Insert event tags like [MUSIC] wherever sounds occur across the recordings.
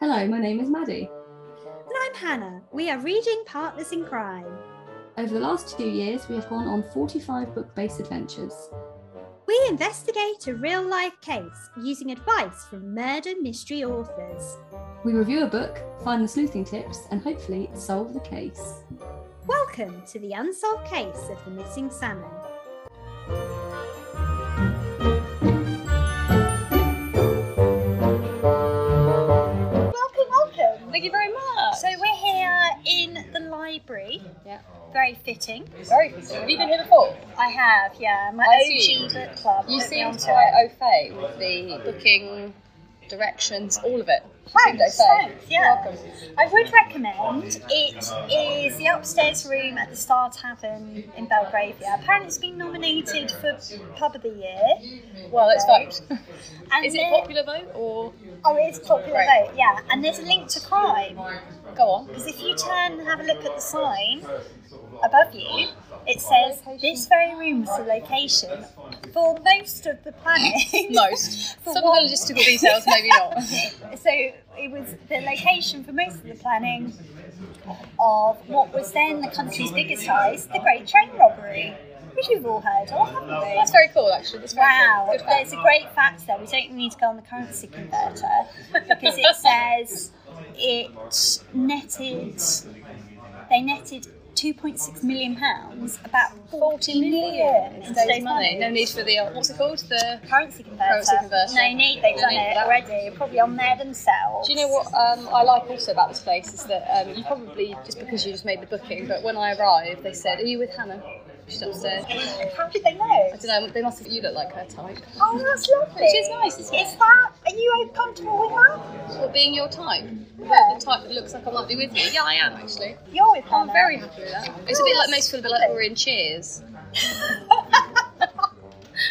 Hello, my name is Maddie. And I'm Hannah. We are reading Partners in Crime. Over the last two years, we have gone on 45 book based adventures. We investigate a real life case using advice from murder mystery authors. We review a book, find the sleuthing tips, and hopefully solve the case. Welcome to the unsolved case of the missing salmon. Welcome, welcome. Thank you very much. So we're here in the library. Yeah. Very fitting. very busy. Have you been here before? I have, yeah. My I OG see. book club. You put me seemed onto quite it. au fait with the booking, directions, all of it. You seemed Thanks, au fait. thanks, yeah. You're welcome. I would recommend it is the upstairs room at the Star Tavern in Belgravia. Apparently, it's been nominated for Pub of the Year. Well, let's [LAUGHS] vote. And Is it there- popular vote or Oh, it's popular Right. vote, yeah. And there's a link to crime. go on? Because if you turn and have a look at the sign above you, it says this very room is the location for most of the planet. [LAUGHS] Most. [LAUGHS] For Some of what? the logistical details, maybe not. [LAUGHS] so it was the location for most of the planning of what was then the country's biggest heist, the Great Train Robbery, which we've all heard of, haven't we? That's very cool, actually. That's very Wow, cool. Good fact. there's a great fact there. We don't need to go on the currency converter because [LAUGHS] it says it netted, they netted 2.6 million pounds, about 14 million in Today's money. No need for the uh, what's it called? The Currency converter. Currency converter. No need, they've No done need for it that. already. Probably on there themselves. Do you know what um, I like also about this place is that um, you probably just because you just made the booking, but when I arrived, they said, "Are you with Hannah?" She's upstairs. I How did they know? don't know. They must have. You look like her type. Oh, that's lovely. Which is nice, isn't it? Is that? Are you comfortable with that? Well, being your type, Yeah. the type that looks like I might be with you. Yeah, I am actually. You're with Hannah. I'm very happy with that. It's a bit like most people a bit like we're in [LAUGHS] Cheers.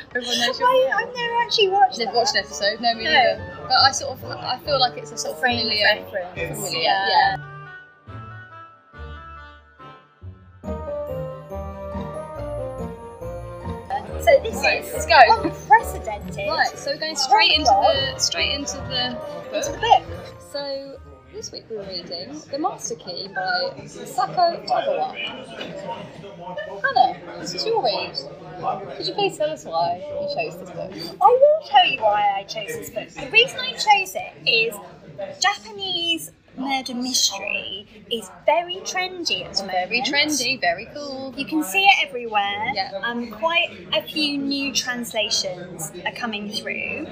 Everyone knows I, you're. I've never actually watched They've that. watched an episode. No, me No. neither. But I sort of, I feel like it's a sort of Frame familiar, of reference. familiar, Yeah. yeah. So this Right, is let's go. unprecedented. Right, so we're going straight into the straight into Into the the book. book. So this week we're reading The Master Key by Sako Tagawa. Hannah, this is your read. Could you please tell us why you chose this book? I will tell you why I chose this book. The reason I chose it is Japanese murder mystery is very trendy at the moment. Very trendy, very cool. You can see it everywhere. Yeah. Um, quite a few new translations are coming through,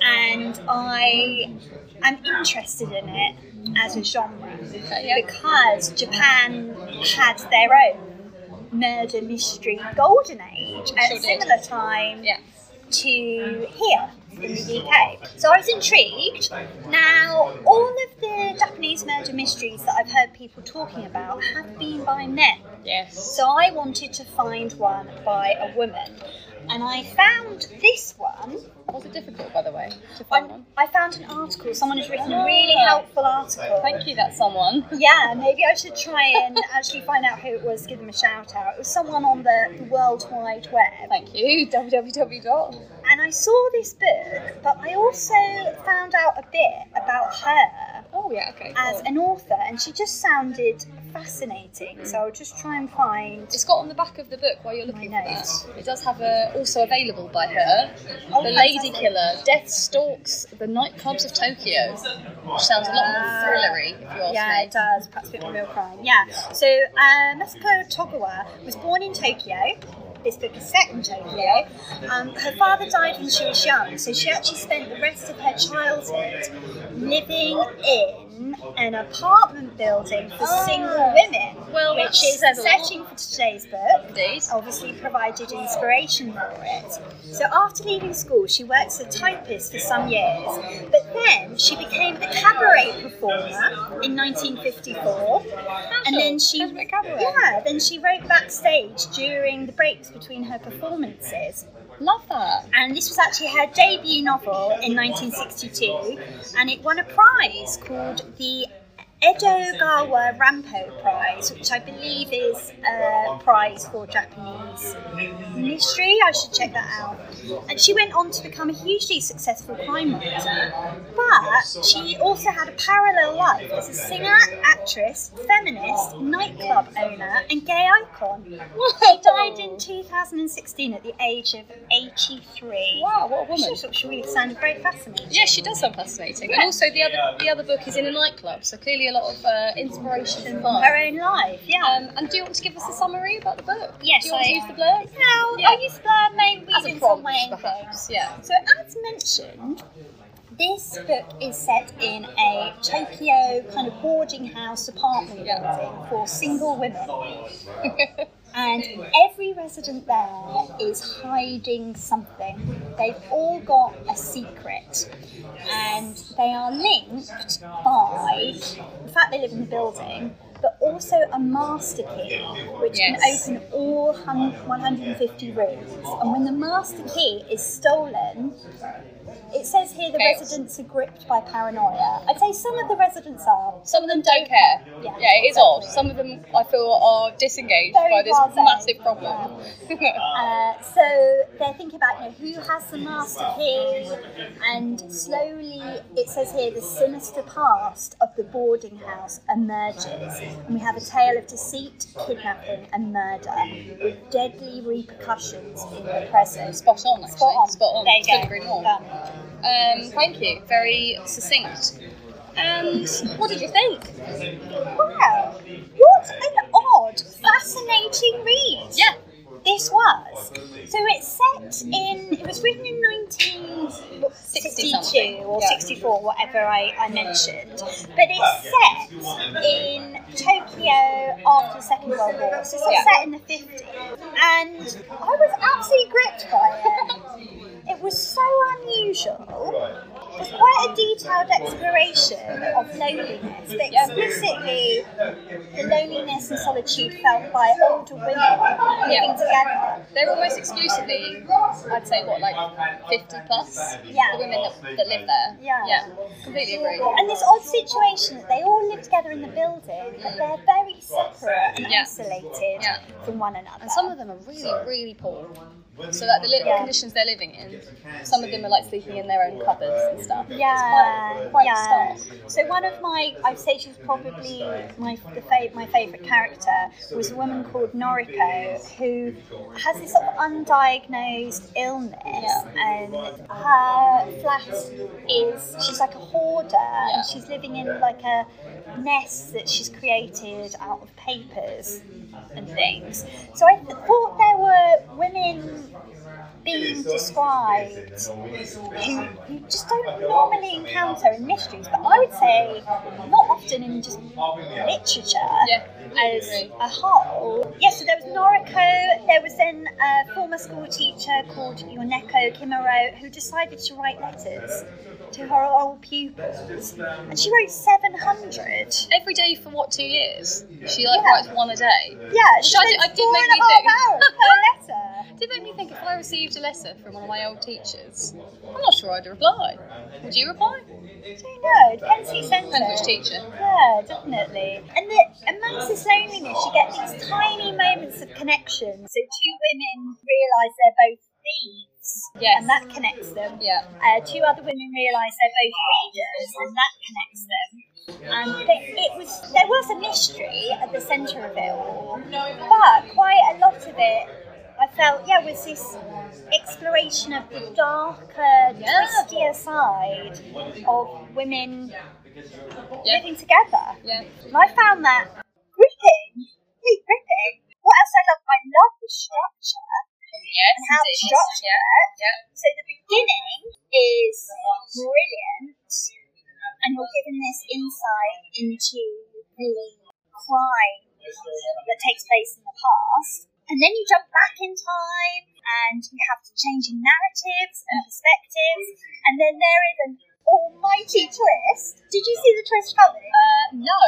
and I am interested in it as a genre yeah. because Japan had their own murder mystery golden age at Sure a did. similar time Yeah. to here in the UK. So I was intrigued. Now, all of the Japanese murder mysteries that I've heard people talking about have been by men. Yes. So I wanted to find one by a woman. And I found this one. Was it difficult, by the way, to find I, one? Ah. I found an article. Someone has written a really helpful article. Thank you, that's someone. Yeah, maybe I should try and actually find out who it was, give them a shout out. It was someone on the, the World Wide Web. Thank you, www. dot. and I saw this book, but I also found out a bit about her Oh, yeah, okay. as cool. an author, and she just sounded fascinating. So I'll just try and find. It's got on the back of the book while you're looking for My that. notes. It does have a also available by her. Oh, the Lady fantastic. Killer, Death Stalks the Nightclubs of Tokyo. Which sounds a lot more thrillery, if you ask Ah. Yeah, me. it does. Perhaps a bit of real crime. Yeah. So uh, Masako Togawa was born in Tokyo. This book is set in Tokyo. Um, her father died when she was young, so she actually spent the rest of her childhood living in an apartment building for single women, Well, that which is a says a lot. setting for today's book Indeed. obviously provided inspiration for it. So after leaving school, she worked as a typist for some years, but then she became a cabaret performer in 1954, and then she Casual cabaret. yeah, then she wrote backstage during the breaks between her performances. Love that. And this was actually her debut novel in 1962, and it won a prize called the Edogawa Rampo Prize, which I believe is a prize for Japanese ministry. I should check that out. And she went on to become a hugely successful crime writer. But she also had a parallel life as a singer, actress, feminist, nightclub owner, and gay icon. [LAUGHS] She died in 2016 at the age of 83. Wow, what a woman. She, she really sounded very fascinating. Yeah, she does sound fascinating. And also the other the other book is in a nightclub, so clearly a lot of uh, inspiration and Her vibe. own life, yeah. Um, and do you want to give us a summary about the book? Yes, Do you want I- to use the blurb? Now, Yeah. I use blurb main As reading a from prompt, my own perhaps. Yeah. So, as mentioned, this book is set in a Tokyo kind of boarding house apartment Yeah. building for single women. [LAUGHS] and every resident there is hiding something. They've all got a secret. And they are linked by the fact they live in the building, but also a master key, which Yes. can open all hun- 150 rooms. And when the master key is stolen, it says here the Chaos. residents are gripped by paranoia. I'd say some of the residents are. Some of them don't care. Yeah. yeah, it is odd. Some of them I feel are disengaged Very by this well said. massive problem. [LAUGHS] Uh, so they're thinking about you know, who has the master key, and slowly it says here the sinister past of the boarding house emerges, and we have a tale of deceit, kidnapping, and murder with deadly repercussions in the present. Spot on, actually. Spot on. There you Couldn't go. agree more. Done. Um, thank you. Very succinct. And what did you think? Wow, what an odd, fascinating read. Yeah. This was. So it's set in, it was written in 1962 something, or yeah. 64, whatever I, I mentioned. But it's set in Tokyo after the Second World War. So it's Yeah. set in the 50s. And I was absolutely gripped by it. [LAUGHS] it was so unusual. It's quite a detailed exploration of loneliness, but explicitly the loneliness and solitude felt by older women living Yeah. together. They're almost exclusively, I'd say, what, like 50 plus? Yeah. The women that, that live there. Yeah. Yeah. Completely agree. And this odd situation that they all live together in the building, but they're very separate and Yeah. isolated Yeah. from one another. And some of them are really, really poor. So that the li- Yeah. conditions they're living in, some of them are like sleeping in their own cupboards and stuff. yeah, It's quite, quite yeah. stark. So one of my, I'd say she's probably my the fa- my favourite character was a woman called Noriko who has this sort of undiagnosed illness, and her flat is she's like a hoarder, and she's living in like a nest that she's created out of papers and things. So I th- thought there were women being described who you just don't normally encounter in mysteries, but I would say not often in just literature Yeah, I as agree. a whole. Yes, so there was Noriko, there was then a former school teacher called Yoneko Kimuro who decided to write letters to her old pupils, and she wrote 700. Every day for what, two years? She like Yeah. writes one a day. Yeah, she Which I spent did- I did four make and a me half think. hours [LAUGHS] per letter. Did make me think if I received a letter from one of my old teachers, I'm not sure I'd reply. Would you reply? Who knows? Depends who sends Depends it. which teacher. Yeah, definitely. And the, amongst this loneliness, you get these tiny moments of connection. So two women realise they're both thieves, Yes. and that connects them. Yeah. Uh, two other women realise they're both readers, and that connects them. Um, but it was there was a mystery at the centre of it all, but quite a lot of it. I felt, yeah, was this exploration of the darker, Yeah. twistier side of women Yeah. living together. Yeah. And I found that gripping, really gripping. What else I love, I love the structure Yes. and how it's indeed. structured. Yeah. So the beginning is brilliant, and you're given this insight into the crime that takes place in the past, and then you jump back in time, and you have changing narratives and perspectives, and then there is an almighty twist. Did you see the twist coming? Uh, no.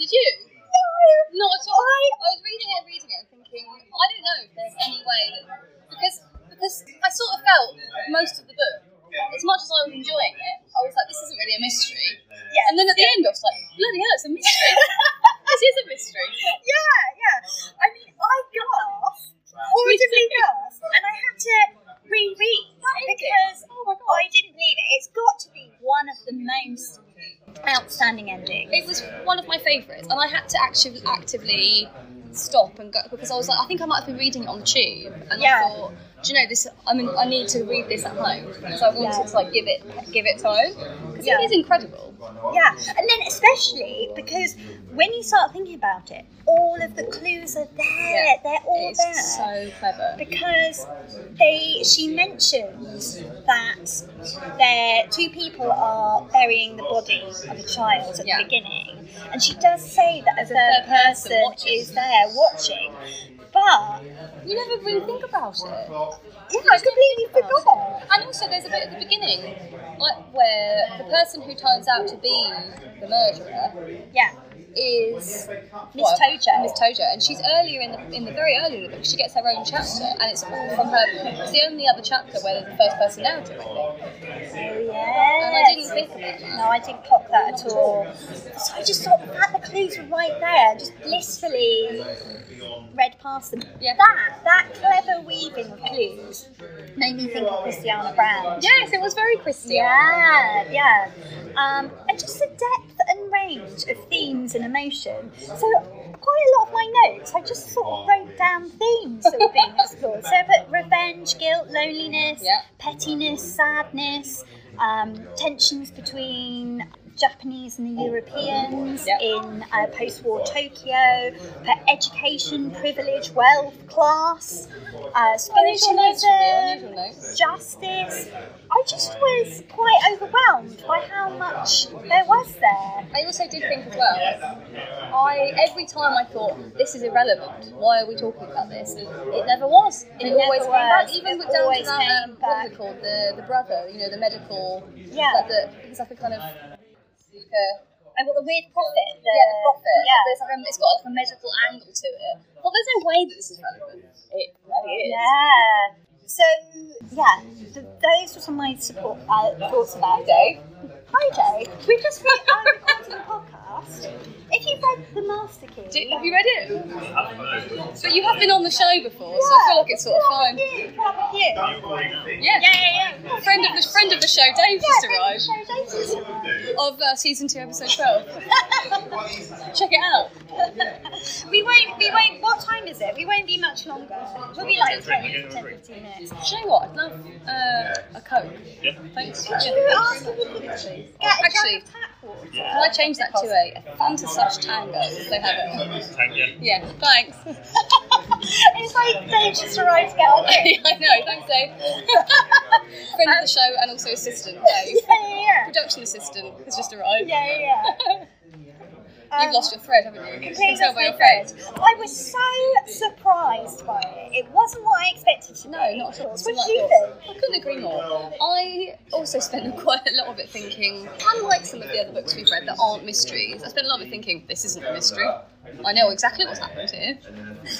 Did you? No. Not at all. I, I was reading it, and reading it, and thinking I don't know if there's any way that, because because I sort of felt most of the book. As much as I was enjoying it, I was like, this isn't really a mystery. Yeah. And then at the end, I was like, bloody hell, it's a mystery. [LAUGHS] disappointing ending. It was one of my favourites, and I had to actually actively stop and go because I was like, I think I might have been reading it on the tube, and Yeah. I thought, do you know this? I mean, I need to read this at home, so I wanted to like give it give it time because Yeah. it is incredible. Yeah, and then especially because when you start thinking about it, all of the clues are there. Yeah. They're all It's there. so clever. because they she mentions that there two people are burying the body of a child at Yeah. the beginning and she does say that a third person watching. is there watching but You never really think about it. yeah I completely forgot And also, there's a bit at the beginning like, where the person who turns out to be the murderer yeah is Miss Tojo. Miss Tojo, and she's earlier in the in the very early book. She gets her own chapter, and it's all from her. It's the only other chapter where there's a first person narrative. I think. oh And I didn't yeah think about that. no I didn't clock that at all so I just thought that the clues were right there just blissfully read past them Yeah. that that clever weaving of clues made me think of Christiana Brown Yes, it was very Christian. Yeah, yeah. Um, and just the depth and range of themes and emotion. So quite a lot of my notes, I just sort of wrote down themes that were being explored. So but revenge, guilt, loneliness, Yeah. pettiness, sadness, um, tensions between Japanese and the Europeans Yeah. in uh, post-war Tokyo, but education, privilege, wealth, class, uh, Unusual notes from you, spiritualism, unusual notes. justice. I just was quite overwhelmed by how much there was there. I also did think as well. I every time I thought this is irrelevant. Why are we talking about this? It never was. It, never always came back. was. Even It with down to always that, came um, what we back. called the the brother. You know, the medical. Yeah. Like the, he's like a kind of. Like a, I got the weird prophet. The, yeah, the profit. Yeah. There's like a, it's got like a medical angle to it. Well, there's no way that this is relevant. It really is. Yeah. So yeah, th- those were some of my support uh, thoughts about it. Hi Joe. We just re- I'm recording a podcast. If you've read The Master Key, Do, have you read it? But you have been on the show before, so I feel like it's sort of fine. you, probably you. Yeah. Yeah, yeah, yeah. Friend of the friend of the show, Dave just arrived Joe Joseph's arrived. of uh, season two, episode twelve. Check it out. We won't. We won't. What time is it? We won't be much longer. We'll be like 10, 10 15 minutes. Do you know what? I'd love uh, a coke. Thanks. Should we ask if we can get a Actually- jug of tap water? Can I change that to a, a Fanta slash Tango? if They have it. Yeah. Thanks. [LAUGHS] it's like Dave just arrived to get our drink. I know. Thanks, Dave. [LAUGHS] Friend of the show and also assistant. Dave. [LAUGHS] Yeah, Production assistant has just arrived. yeah, yeah. [LAUGHS] Um, You've lost your thread, haven't you? You can tell by your thread. I was so surprised by it. It wasn't what I expected to be. No, not at all. It's What not did like you that. think? I couldn't agree more. I also spent [LAUGHS] quite a lot of it thinking, unlike some of the other books we've read that aren't mysteries, I spent a lot of it thinking, this isn't a mystery. I know exactly what's happened here,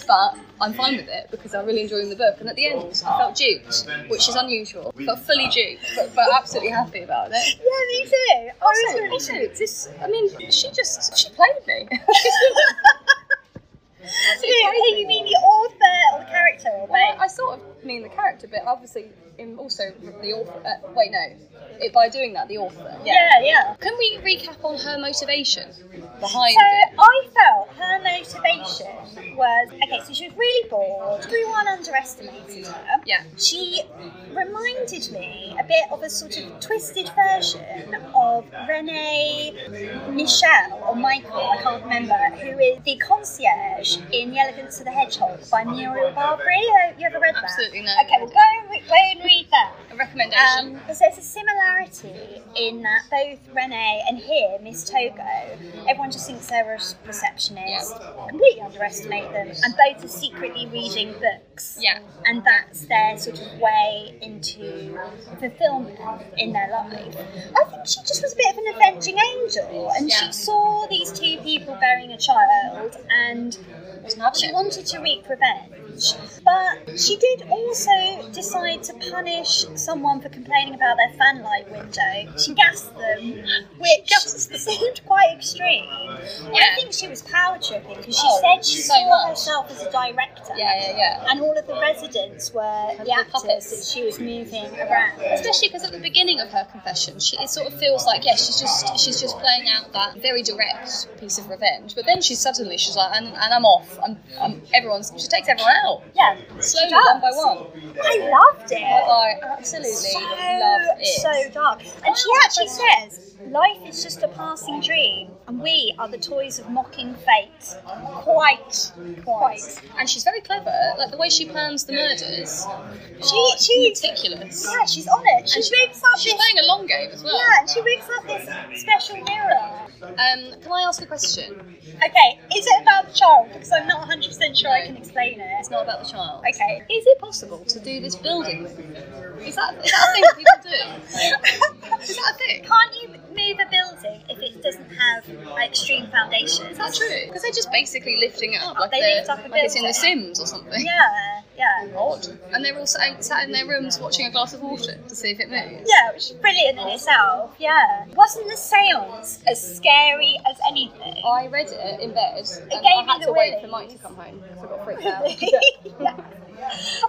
but I'm fine with it because I'm really enjoying the book. And at the end, I felt duped, which is unusual. I felt fully duped, but, but absolutely happy about it. Yeah, me too. I was Also, really also, shocked. this, I mean, she just, she played [LAUGHS] me. [LAUGHS] Who you mean the author or the character or Well, both? I sort of mean the character, but obviously, in also the author. Uh, wait, no, it, by doing that, the author. Yeah, yeah. Can we recap on her motivation behind So it? I felt her motivation was okay. So she was really bored. Everyone underestimated her. Yeah. She reminded me a bit of a sort of twisted version of Renee Michelle or Michael, I can't remember, who is the concierge in The Elegance of the Hedgehog by Muriel Barbary. Have you ever read that? Absolutely no. Okay, well, go, and re- go and read that. A recommendation. Um, because there's a similarity in that both Renee and here, Miss Togo, everyone just thinks they're a receptionist, completely underestimate them, and both are secretly reading books. Yeah. And that's their sort of way into fulfillment in their life. I think she just was a bit of an avenging angel, and Yeah. she saw these two people burying a child, and Wasn't having she it. wanted to wreak revenge. much. But she did also decide to punish someone for complaining about their fanlight window. She gassed them, which [LAUGHS] seemed quite extreme. And I Yeah. think she was power tripping because she Oh, said she so saw much. herself as a director. Yeah, yeah, yeah. And all of the residents were the Little actors puppets. that she was moving around. Especially because at the beginning of her confession, she it sort of feels like yeah, she's just she's just playing out that very direct piece of revenge. But then she suddenly she's like, and, and I'm off. I'm, I'm everyone's. She takes everyone out Yeah, slowly, she does. one by one. Oh, I loved it. I absolutely love it. so dark. And she actually says, "Life is just a passing dream, and we are the toys of mocking fate." Quite, quite. and she's very clever. Like the way she plans the murders, She, she, meticulous. yeah, she's on it. She rigs up She's this, playing a long game as well. yeah, and she rigs up this special mirror. Um, can I ask a question? Okay, is it about the child? Because I'm not 100 percent sure I No. can explain it. It's not about the child. Okay. Is it possible to do this building? Is that, is that a thing that people [LAUGHS] do? Is that a thing? Can't you move a building if it doesn't have like, extreme foundations? Is that true? Because they're just basically lifting it up, like They they're- lift up a like it's in The building. Sims or something. Yeah, yeah. Odd. And they're all sat, sat in their rooms watching a glass of water to see if it moves. Yeah, which is brilliant in itself. Yeah. Wasn't the seance as scary as anything? I read it in bed, and gave I me had the to wait willies. for Mike to come home because I got [LAUGHS] freaked out. yeah.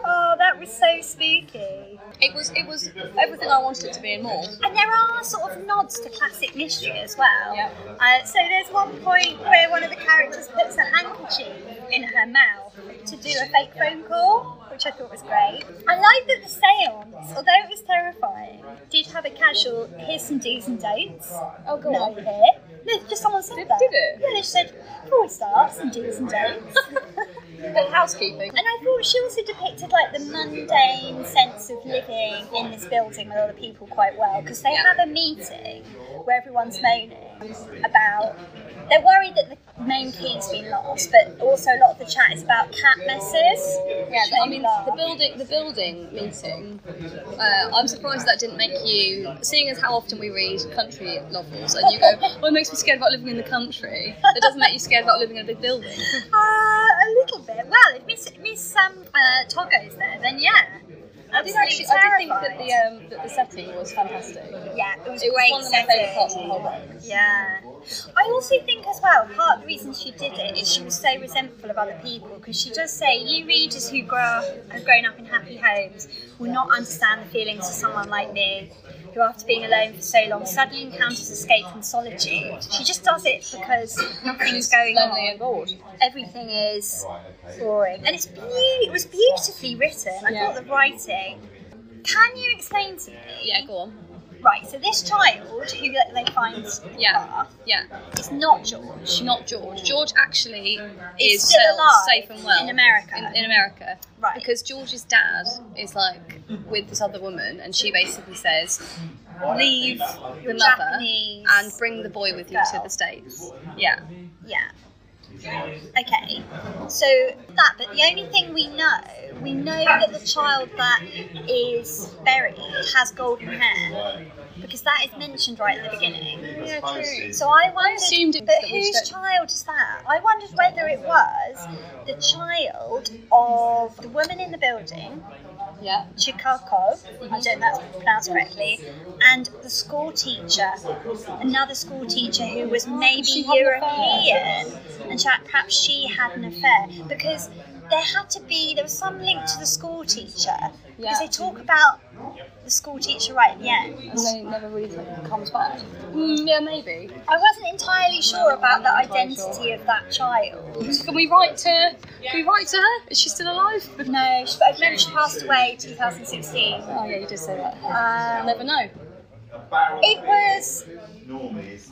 Oh, that was so spooky. It was, it was everything I wanted it to be and more. And there are sort of nods to classic mystery as well. Yeah. Uh, so there's one point where one of the characters puts a handkerchief in her mouth to do a fake phone call, which I thought was great. I like that the seance, although it was terrifying, did have a casual here's some do's and don'ts. Oh, go No, on. here. No, just someone said Did- that. did it? Yeah, they said, before we start, some do's and don'ts. [LAUGHS] But housekeeping. And I thought she also depicted like the mundane sense of living in this building with other people quite well because they have a meeting where everyone's moaning about they're worried that the main key's been lost, but also a lot of the chat is about cat messes. Yeah, which I made me mean laugh. the building, the building meeting. Uh, I'm surprised that didn't make you, seeing as how often we read country novels, and you go, "Well, it makes me scared about living in the country." That doesn't make you scared about living in a big building. Uh, a little bit. Well, if Miss Miss um, uh, Togo's there, then yeah. I did actually, I did think that the um, that the setting was fantastic. yeah, it was, It was great one of my favourite setting. parts of the whole book. Yeah. I also think as well, part of the reason she did it is she was so resentful of other people because she does say, you readers who grow up, have grown up in happy homes will not understand the feelings of someone like me who after being alone for so long suddenly encounters escape and solitude. She just does it because nothing's going on Lonely and bored. everything is boring. And it's beau- it was beautifully written. I Yeah. thought the writing. Can you explain to me? Yeah, go on. Right, so this child who they find Ah. Yeah, yeah. is not George. Not George. George actually Is is still held alive safe and well in America. In, in America, Right. Because George's dad is like with this other woman, and she basically says, "Leave the mother Japanese. and bring the boy with you to girl. the states." Yeah, Yeah. Okay. So that, but the only thing we know, we know that the child that is buried has golden hair because that is mentioned right at the beginning. yeah, true. So I wondered, assumed it was but that we whose don't- child is that? I wondered whether it was the child of the woman in the building, Yeah, Chikako, I don't know if that's pronounced correctly, and the school teacher, another school teacher who was maybe she had an European, and she, perhaps she had an affair because there had to be there was some link to the school teacher Yeah. because they talk about the school teacher right at the end. and then it never really comes back. Mm, yeah, maybe. I wasn't entirely sure about the not entirely identity of that child. Can we write to? Can we write to her? Is she still alive? No, she, I remember she passed away 2016. Oh yeah, you did say that. I'll Um, never know. it was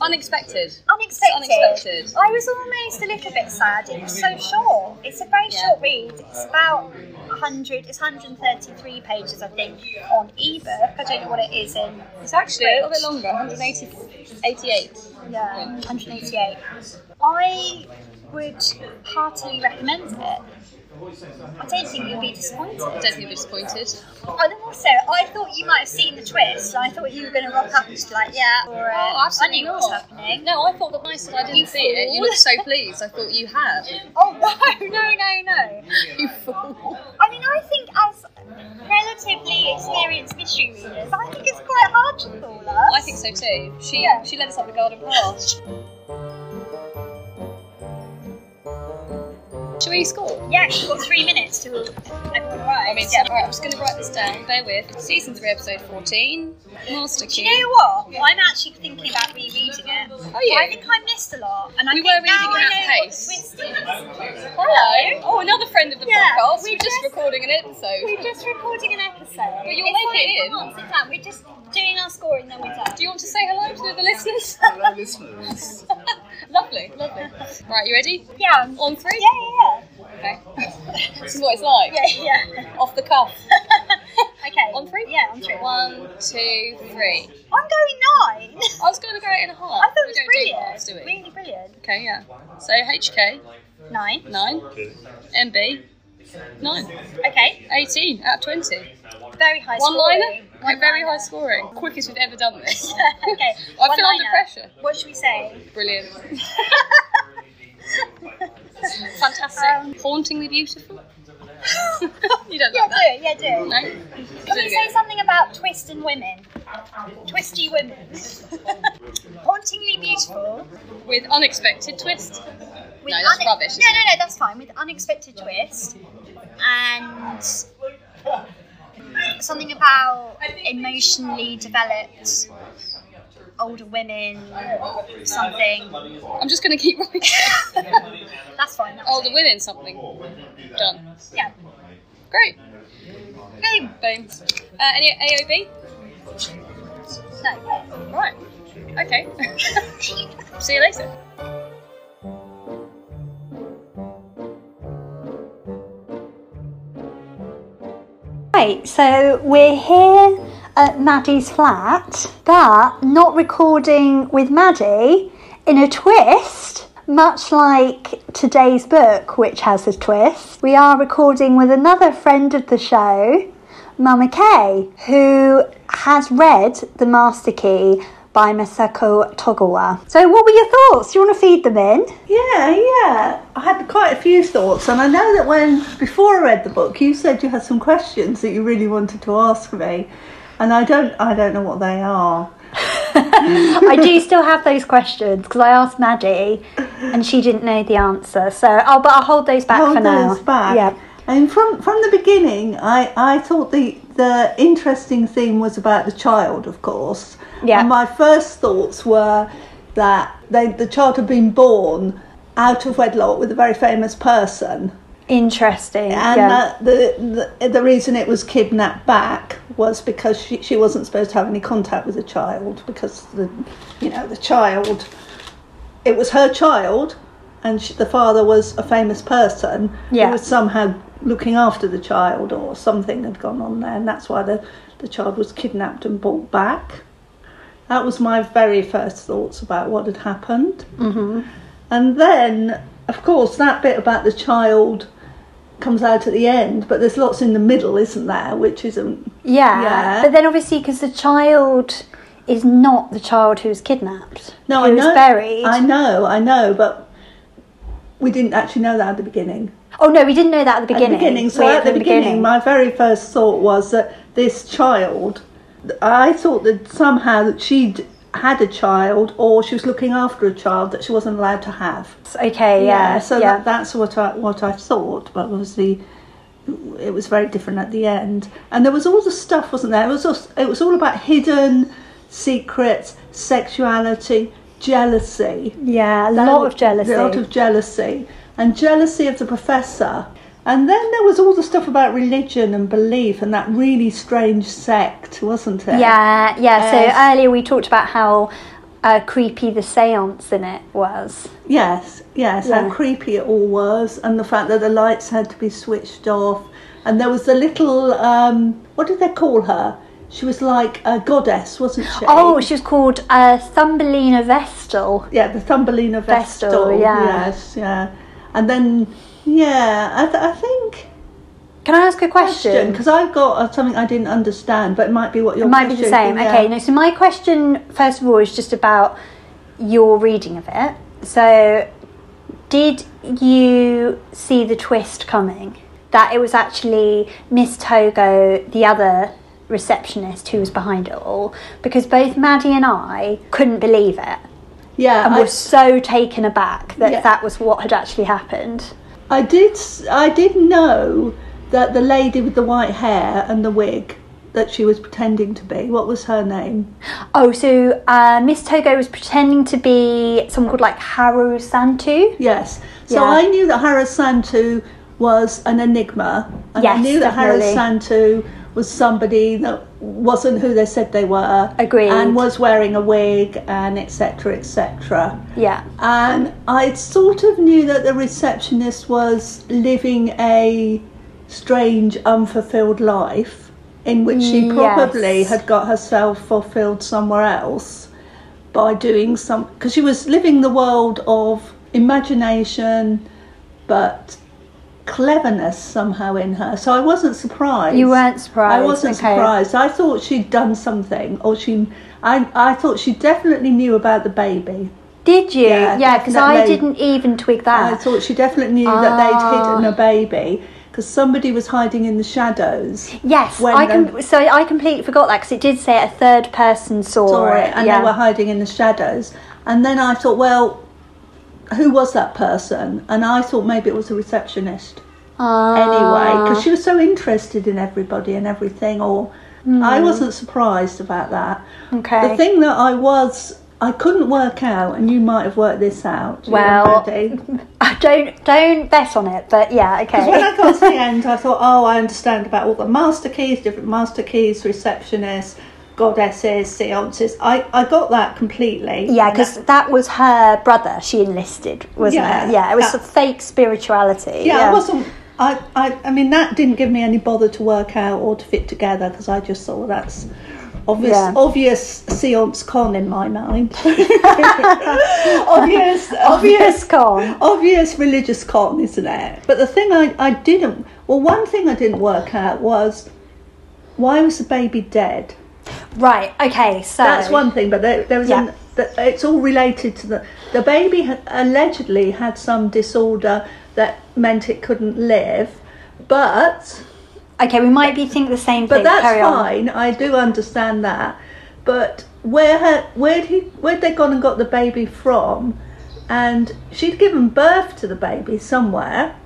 Unexpected. unexpected. unexpected. I was almost a little bit sad. It was so short. It's a very Yeah. short read. It's about 100. It's 133 pages, I think, on ebook. I don't know what it is in. It's actually a little bit longer, 183 88. Yeah, 188. I would heartily recommend it. I don't think you'll be disappointed. I don't think you'll be disappointed. Oh, and also, I thought you might have seen the twist. I thought you were going to rock up and just be like, yeah, or uh, Oh, absolutely I knew what was not. happening. No, I thought that nice that I didn't see it. You fool. looked so pleased. I thought you had. [LAUGHS] Oh, no, no, no, no. You fool. I mean, I think as relatively experienced mystery readers, I think it's quite hard to fool us. I think so too. She Yeah. she led us up the garden path. Shall we score? Yeah, we've got three minutes to everyone arrive. I mean, yeah. yeah. right, I'm just going to write this down. Bear with. Season 3, episode 14. Master Do Key. you know what? I'm actually thinking about rereading it. Are you? I think I missed a lot, and I We think were reading now I at know what- pace. We're still listening. Hello. Oh, another friend of the Yeah, podcast. we We're just just- recording an episode. We're just recording an episode. But you'll It's make like, it in. Come on, sit down. We're just doing our scoring, then we're done. Do you want to say hello to the listeners? [LAUGHS] Hello, listeners. [LAUGHS] lovely, lovely. Right, you ready? Yeah. I'm- On three? Yeah, yeah, Okay. [LAUGHS] this is what it's like. yeah. Yeah, yeah. Off the cuff. [LAUGHS] okay. On three? Yeah, on three. One, two, three. I'm going nine. [LAUGHS] I was going to go eight and a half. I thought we it was don't do halves, do brilliant. we? Really brilliant. Okay, yeah. So HK, Nine. 9. MB, 9. Okay. 18 out of 20. Very high One scoring. liner? Okay, very high scoring. Quickest we've ever done this. [LAUGHS] okay. [LAUGHS] I feel under one-liner. pressure. What should we say? Brilliant. [LAUGHS] Fantastic. Um, Hauntingly beautiful. [LAUGHS] you don't Yeah, like do that? it. Yeah, do it. No? Can we say something about twist and women? Twisty women. [LAUGHS] Hauntingly beautiful. With unexpected twist. With No, that's rubbish, No, isn't no, no, that's fine. With unexpected twist and something about emotionally developed older women, something. I'm just going to keep [LAUGHS] writing. that's fine. That's Older it. women something. Done. Yeah. Great. Boom. Boom. Uh, any AOB? No. Right. Okay. [LAUGHS] See you later. Right, so we're here at Maddie's flat, but not recording with Maddie in a twist, much like today's book, which has a twist. We are recording with another friend of the show, Mama Kay, who has read The Master Key by Masako Togawa. So, what were your thoughts? Do you want to feed them in? Yeah, yeah. I had quite a few thoughts, and I know that when before I read the book, you said you had some questions that you really wanted to ask me, and I don't, I don't know what they are. I do still have those questions because I asked Maddie and she didn't know the answer. So I'll but I'll hold those back Hold for now. those back. Yeah. And from from the beginning, I I thought the the interesting thing was about the child, of course. Yeah. And my first thoughts were that they, the child had been born out of wedlock with a very famous person. Interesting. And yeah. that the, the the reason it was kidnapped back was because she, she wasn't supposed to have any contact with the child because the you know the child it was her child and she, the father was a famous person Yeah. who was somehow looking after the child or something had gone on there and that's why the, the child was kidnapped and brought back. That was my very first thoughts about what had happened. Mm-hmm. And then, of course, that bit about the child comes out at the end, but there's lots in the middle, isn't there? Which isn't. yeah. yeah. But then obviously because the child is not the child who's kidnapped. No, who I was know. buried. I know, I know, but we didn't actually know that at the beginning. oh no, we didn't know that at the At the beginning. beginning, so Way at the, beginning, my very first thought was that this child, I thought that somehow that she'd had a child or she was looking after a child that she wasn't allowed to have. okay, yeah. so yeah. That, that's what I what I thought, but obviously it was very different at the end. And there was all the stuff, wasn't there? It was all, it was all about hidden secrets, sexuality, jealousy. yeah, a lot of jealousy. A lot of jealousy, and jealousy of the professor. And then there was all the stuff about religion and belief and that really strange sect, wasn't it? yeah, yeah. So Yes. earlier we talked about how uh, creepy the séance in it was. Yes, yes, Yeah. how creepy it all was, and the fact that the lights had to be switched off, and there was the little um, what did they call her? She was like a goddess, wasn't she? Oh, she was called uh, Thumbelina Vestal. yeah, the Thumbelina Vestal, Vestal. yeah. Yes, yeah. And then, yeah, I, th- I think Can I ask a question because I've got uh, something I didn't understand, but it might be what your It might be the question- same. yeah. Okay, no, so my question, first of all, is just about your reading of it. So, did you see the twist coming? That it was actually Miss Togo, the other receptionist, who was behind it all? Because both Maddie and I couldn't believe it Yeah, and I- were so taken aback that Yeah. that was what had actually happened. I did. I did know that the lady with the white hair and the wig that she was pretending to be. What was her name? Oh, so uh, Miss Togo was pretending to be someone called like Haru Santu. Yes. So Yeah. I knew that Harris Santu was an enigma, and I Yes, knew that Harris definitely. Santu was somebody that wasn't who they said they were. Agreed. And was wearing a wig and etc. etc. Yeah. and I sort of knew that the receptionist was living a strange, unfulfilled life in which she probably Mm, Yes. had got herself fulfilled somewhere else by doing some because she was living the world of imagination but cleverness somehow in her so i wasn't surprised You weren't surprised. I wasn't okay. surprised. I thought she'd done something, or she. I, I thought she definitely knew about the baby. Did you? Yeah, Yeah, because I definitely. didn't even twig I that. thought she definitely knew that Ah. they'd hidden a baby because somebody was hiding in the shadows. yes, when I the- can. So I completely forgot that because it did say a third person saw, Saw it. it, and yeah. they were hiding in the shadows. And then I thought, well, who was that person? And I thought maybe it was a receptionist. Ah, anyway because she was so interested in everybody and everything or i wasn't surprised about that Hmm. Okay. [LAUGHS] the thing that i was i couldn't work out and you might have worked this out you Well- and Maddie. Ah, don't don't bet on it, but yeah, okay. Because when I got to the end, I thought, oh, I understand about all the master keys, different master keys, receptionists, goddesses, seances. I, I got that completely. [LAUGHS] yeah, because that was her brother. She enlisted, wasn't Yeah, it? Yeah, it was that- a fake spirituality. yeah, I [LAUGHS] wasn't. I, I, I mean, that didn't give me any bother to work out or to fit together because I just thought that's obvious, Yeah. obvious seance con in my [LAUGHS] mind. [LAUGHS] obvious, obvious, con. obvious religious con, isn't it? But the thing I, I didn't, well, one thing I didn't work out was why was the baby dead? Right. Okay. So That's one thing, but there, there was Yeah. an, that it's all related to the the baby had, allegedly had some disorder that meant it couldn't live, but Okay, we might be thinking the same but thing. that's Carry on. fine. I do understand that, but where her, where'd he where'd they gone and got the baby from? And she'd given birth to the baby somewhere.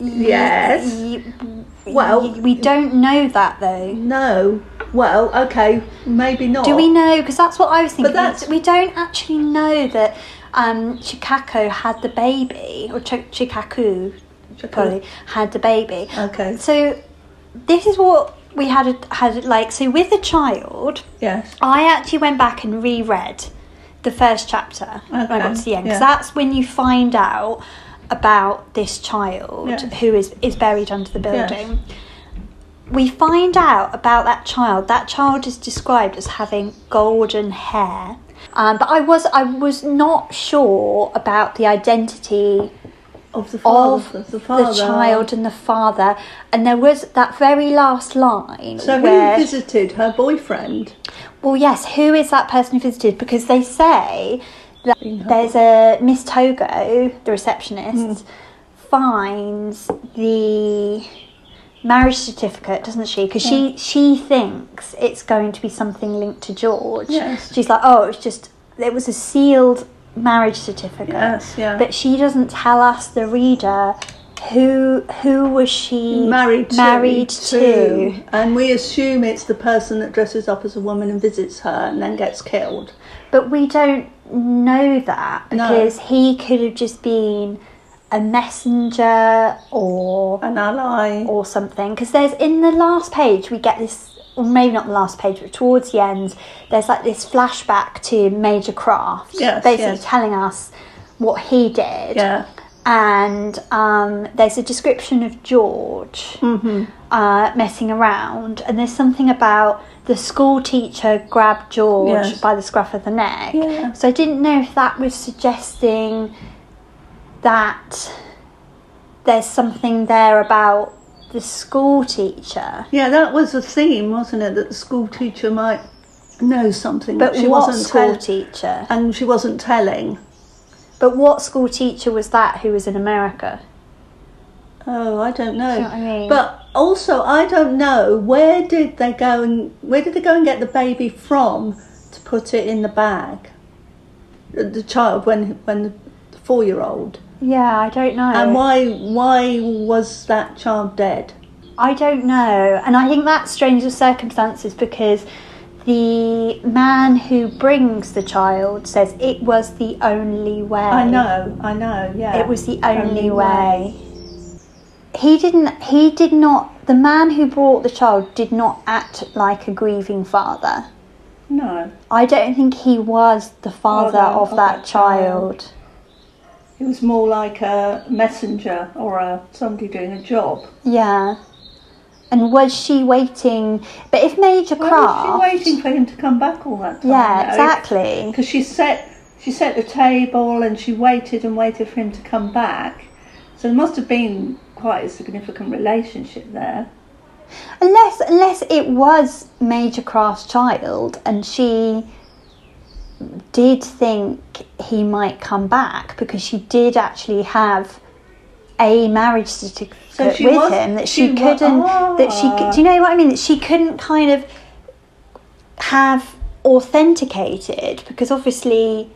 Yes. Y- y- Well- y- we don't know that though. No. Well, okay, maybe not. Do we know? Because that's what I was thinking. Oh. But that's- we don't actually know that um, Chikako had the baby, or Ch- Chikaku probably had the baby. Okay. So this is what we had had like. So with the child, Yes. I actually went back and reread the first chapter when I Okay, got to the end yeah. because that's when you find out about this child Yes. who is, is buried under the Yes. building. We find out about that child. That child is described as having golden hair, um, but I was I was not sure about the identity Of the of father. the, child and the father. And there was that very last line So where who visited her boyfriend? Well, yes, who is that person who visited? Because they say that there's a Miss Togo, the receptionist, Hmm. finds the marriage certificate, doesn't she? Because she, she thinks it's going to be something linked to George. Yes. She's like, oh, it's just, it was a sealed marriage certificate. Yes, yeah. But she doesn't tell us, the reader, who who was she married to, married to? to. and we assume it's the person that dresses up as a woman and visits her and then gets killed But we don't know that No. because he could have just been a messenger or an ally or something. Because there's in the last page we get this, or maybe not the last page, but towards the end, there's like this flashback to Major Craft, Yes, basically yes. telling us what he did yeah and Mm-hmm. um, there's a description of George, uh, messing around, and there's something about the school teacher grabbed George Yes. by the scruff of the neck. Yeah. So I didn't know if that was suggesting that there's something there about the school teacher. Yeah, that was a theme, wasn't it? That the school teacher might know something, But what wasn't school tell- teacher? and she wasn't telling. But what school teacher was that who was in America? Oh, I don't know. Do you know what I mean? But also, I don't know where did they go and where did they go and get the baby from to put it in the bag? The the child when when the four year old. Yeah, I don't know. And why why was that child dead? I don't know. And I think that's strange of circumstances because the man who brings the child says it was the only way. I know, I know. Yeah, It was the only, way. He didn't he did not the man who brought the child did not act like a grieving father. No, I don't think he was the father no, of that child. it was more like a messenger or a somebody doing a job. Yeah. And was she waiting? But if Major Why Craft, was she waiting for him to come back all that time? yeah, exactly. Because she set she set the table and she waited and waited for him to come back. So there must have been quite a significant relationship there. Unless unless it was Major Craft's child and she did think he might come back because she did actually have a marriage certificate So she with was- him that she she, wa- Ah. couldn't that she c- do you know what I mean that she couldn't kind of have authenticated because obviously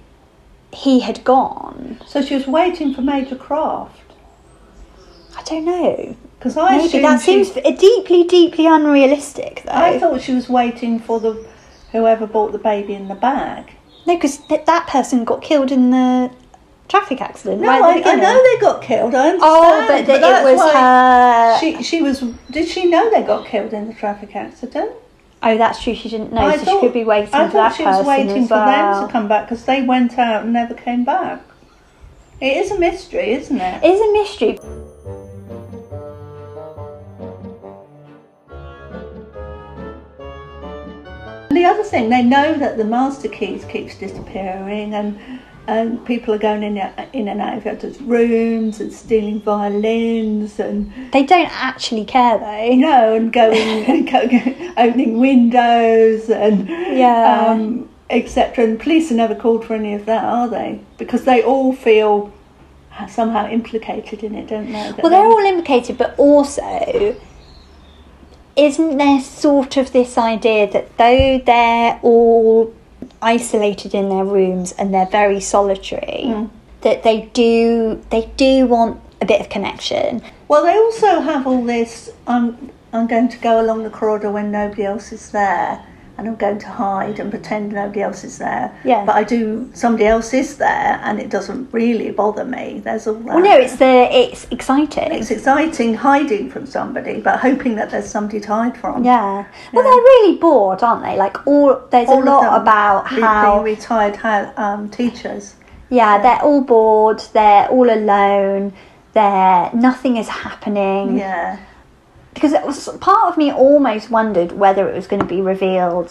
he had gone So she was waiting for Major Craft. I don't know Because I maybe assumed that she- seems deeply deeply unrealistic though I thought she was waiting for the whoever bought the baby in the bag. No, because th- that person got killed in the traffic accident. No, right at the I, I beginning. know they got killed. I understand. Oh, but, that that's it was why her. She she was. Did she know they got killed in the traffic accident? Oh, that's true. She didn't know, I so thought- she could be waiting I for thought that she person was waiting as for them well. to come back because they went out and never came back. It is a mystery, isn't it? It is a mystery. And the other thing, they know that the master keys keeps disappearing and and people are going in, in and out of each other's rooms and stealing violins and They don't actually care [LAUGHS] though. you know [LAUGHS] and going and go, go- opening windows and Yeah. um, etc. And police are never called for any of that, are they? Because they all feel somehow implicated in it, don't they? that Well, they- they're all implicated, but also, isn't there sort of this idea that though they're all isolated in their rooms and they're very solitary, that they do they do want a bit of connection? Well, they also have all this. I'm I'm going to go along the corridor when nobody else is there, and I'm going to hide and pretend nobody else is there. Yeah. But I do. Somebody else is there, and it doesn't really bother me. There's all that. Well, no, it's the it's exciting. It's exciting hiding from somebody, but hoping that there's somebody to hide from. yeah. Well, they're really bored, aren't they? Like all there's All a of lot them about Re- how being retired ha- um, teachers. Yeah, they're all bored. They're all alone. They're nothing is happening. Yeah. because it was part of me almost wondered whether it was going to be revealed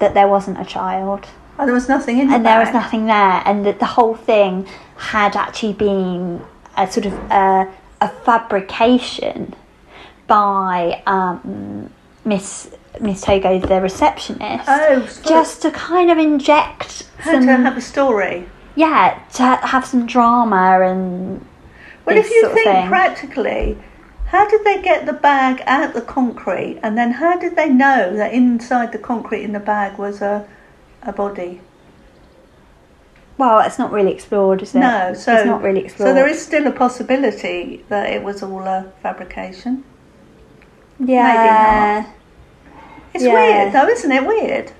that there wasn't a child Oh, there was nothing in and the there was bag. nothing there and that the whole thing had actually been a sort of a, a fabrication by um, miss miss togo the receptionist Oh, so just to kind of inject Had some to have a story. yeah to ha- have some drama and Well, if this you sort of think thing. practically, how did they get the bag out the concrete, and then how did they know that inside the concrete in the bag was a a body? well it's not really explored is it No, so it's not really explored So there is still a possibility that it was all a fabrication. yeah It's Yeah. weird, though, isn't it? Weird.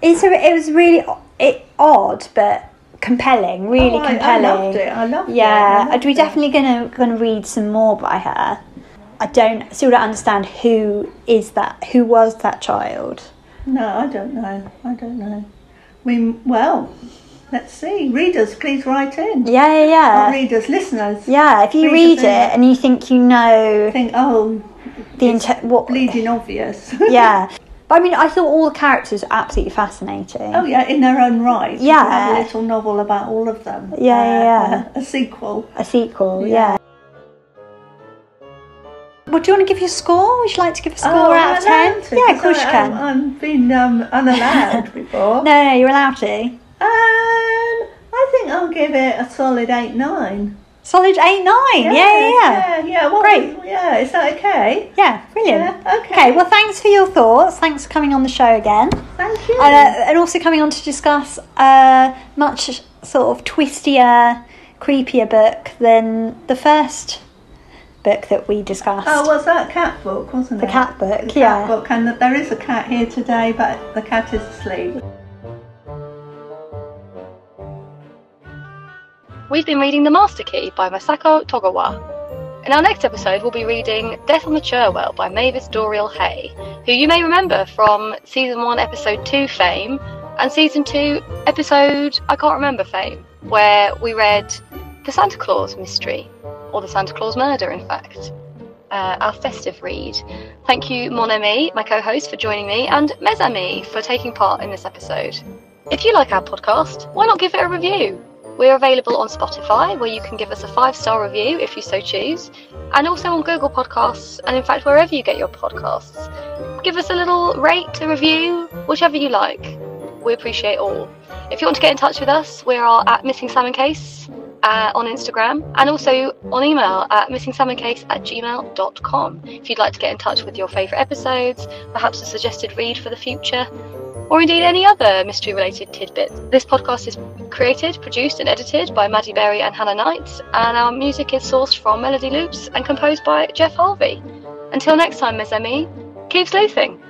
It's a, it was really o- it, odd, but compelling. Really Oh, I- compelling. I, loved it. I loved it. I Yeah, uh, loved and we're it. definitely gonna gonna read some more by her. I don't still don't understand who is that. Who was that child? No, I don't know. I don't know. We well, let's see. Readers, please write in. Yeah, yeah, yeah. Not readers, listeners. yeah, if you read read it the thing. and you think you know think, oh, the inte- what? Bleeding obvious. [LAUGHS] Yeah, but I mean, I thought all the characters were absolutely fascinating. Oh yeah, in their own right. We could Yeah. have a little novel about all of them. Uh, Yeah, yeah, yeah. A, a sequel. A sequel, Yeah. yeah. Well, do you want to give your score? Would you like to give a score Oh, out of ten? Yeah, of course you can. i have been um, [LAUGHS] unallowed before. no, no, you're allowed to. Um, I think I'll give it a solid eight nine. Solid eight nine. Yeah, yeah, yeah. yeah. yeah. What- Great. Yeah, is that okay? Yeah, brilliant. Yeah, okay. Okay, well, thanks for your thoughts. Thanks for coming on the show again. Thank you. And, uh, and also coming on to discuss a much sort of twistier, creepier book than the first book that we discussed. Oh, was that cat book, wasn't The it? cat book, The yeah. cat book, and that there is a cat here today, but the cat is asleep. We've been reading The Master Key by Masako Togawa. In our next episode, we'll be reading Death on the Cherwell by Mavis Doriel Hay, who you may remember from Season 1, Episode 2, Fame, and Season 2, Episode I Can't Remember Fame, where we read The Santa Claus Mystery, or The Santa Claus Murder, in fact. Uh, our festive read. Thank you, Mon Ami, my co host, for joining me, and Mes Ami for taking part in this episode. If you like our podcast, why not give it a review? We're available on Spotify, where you can give us a five star review if you so choose, and also on Google Podcasts, and in fact, wherever you get your podcasts. Give us a little rate, a review, whichever you like. We appreciate all. If you want to get in touch with us, we are at Missing Salmon Case uh, on Instagram and also on email at missingsalmoncase at gmail.com. If you'd like to get in touch with your favourite episodes, perhaps a suggested read for the future, or indeed any other mystery related tidbits. This podcast is created, produced, and edited by Maddie Berry and Hannah Knight, and our music is sourced from Melody Loops and composed by Jeff Harvey. Until next time, Miss Emmy, keep sleuthing!